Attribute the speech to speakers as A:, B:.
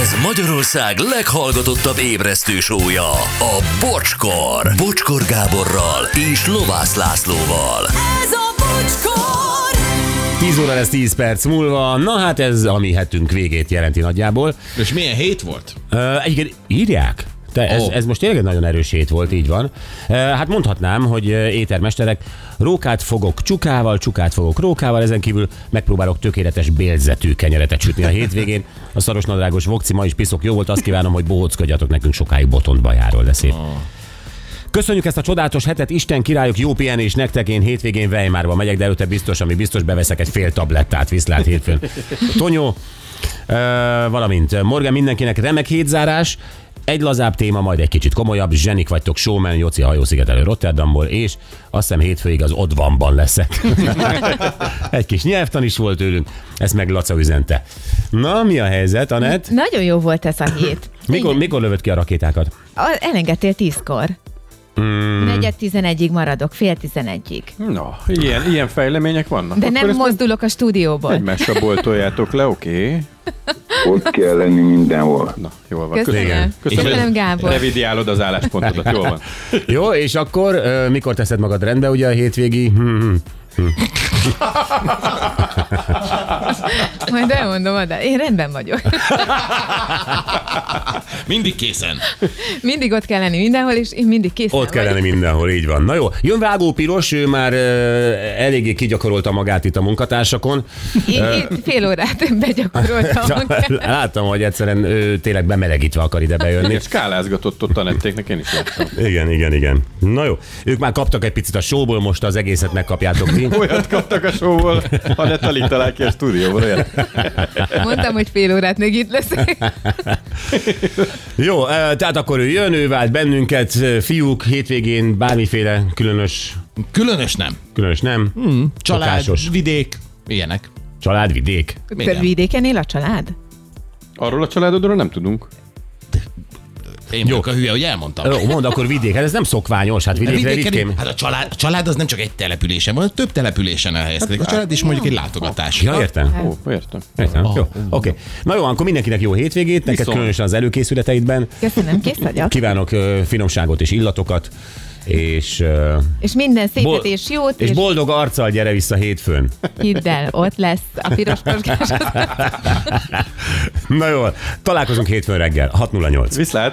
A: Ez Magyarország leghallgatottabb ébresztő sója, a Bocskor. Bocskor Gáborral és Lovász Lászlóval.
B: Ez a bocskor!
C: 10 óra lesz 10 perc múlva. Na hát ez a mi hetünk végét jelenti nagyjából.
D: És milyen hét volt?
C: Uh, igen, írják. Te, ez,
D: Ó.
C: ez most tényleg egy nagyon erős hét volt, így van. Ö, Hát mondhatnám, hogy ö, étermesterek, rókát fogok csukával, csukát fogok rókával, ezen kívül megpróbálok tökéletes bélzetű kenyeretet sütni a hétvégén. A szaros nadrágos vokci ma is piszok jó volt, azt kívánom, hogy bohóckodjatok nekünk sokáig botont bajáról, de szép. Köszönjük ezt a csodálatos hetet, Isten királyok, jó pihenés nektek, én hétvégén Weimarba megyek, de előtte biztos, ami biztos, beveszek egy fél tablettát, viszlát hétfőn. Tonyó, ö, valamint Morgan mindenkinek remek hétzárás, egy lazább téma, majd egy kicsit komolyabb, zsenik vagytok, showman, Jóci hajószigetelő Rotterdamból, és azt hiszem hétfőig az Odvanban leszek. egy kis nyelvtan is volt tőlünk, ezt meg Laca üzente. Na, mi a helyzet, Anett?
E: Nagyon jó volt ez a hét.
C: Mikor, mikor lövöd ki a rakétákat?
E: A- Elengedtél tízkor.
C: Hmm.
E: Mm. Negyed tizenegyig maradok, fél tizenegyig.
F: Na, ilyen, ilyen fejlemények vannak.
E: De nem
F: ezt
E: mozdulok a stúdióból.
F: Egymásra boltoljátok le, oké? Okay.
G: Ott kell lenni mindenhol.
F: Na, jól van.
E: Köszönöm.
F: Köszönöm.
E: Köszönöm, Gábor.
F: Revidiálod az álláspontodat, jól van.
C: Jó, és akkor ö, mikor teszed magad rendbe, ugye a hétvégi? Hmm, hmm.
E: Majd elmondom, oda. én rendben vagyok.
D: Mindig készen.
E: Mindig ott kell lenni mindenhol, és én mindig készen
C: Ott kellene
E: vagyok.
C: mindenhol, így van. Na jó, jön Vágó Piros, ő már ö, eléggé kigyakorolta magát itt a munkatársakon.
E: Én itt fél órát begyakoroltam. magam.
C: Láttam, hogy egyszerűen ő tényleg bemelegítve akar ide bejönni.
F: Én skálázgatott ott a nettéknek, én is láttam.
C: Igen, igen, igen. Na jó, ők már kaptak egy picit a showból, most az egészet megkapjátok ti.
F: Olyat kaptak a showból, ha ne alig talál ki a stúdióból. Olyan.
E: Mondtam, hogy fél órát még itt leszek.
C: Jó, ö, tehát akkor ő jön, ő vált bennünket, ö, fiúk, hétvégén bármiféle különös,
D: Különös nem.
C: különös nem, mm,
D: Család,
C: Szokásos.
D: vidék, ilyenek.
C: családvidék.
D: Igen.
E: Vidéken él a család?
F: Arról a családodról nem tudunk.
D: Én vagyok a hülye, hogy elmondtam.
C: Jó, mondd akkor vidék, hát ez nem szokványos, hát vidékre ritkém.
D: hát a család, a család az nem csak egy településen van, több településen elhelyezkedik. A család is mondjuk egy látogatás.
C: Hát Ja, értem.
F: Ó, értem.
C: Értem. Jó, oké. Na jó, akkor mindenkinek jó hétvégét, neked
F: Viszont.
C: különösen az előkészületeidben.
E: Köszönöm, kész vagyok.
C: Kívánok ö, finomságot és illatokat, és, ö,
E: És minden szépet
C: Bol-
E: és jót, és,
C: és boldog arccal gyere vissza hétfőn.
E: hidd el, ott lesz a piros kockás.
C: Na jó, találkozunk hétfőn reggel, 6.08.
F: Viszlát!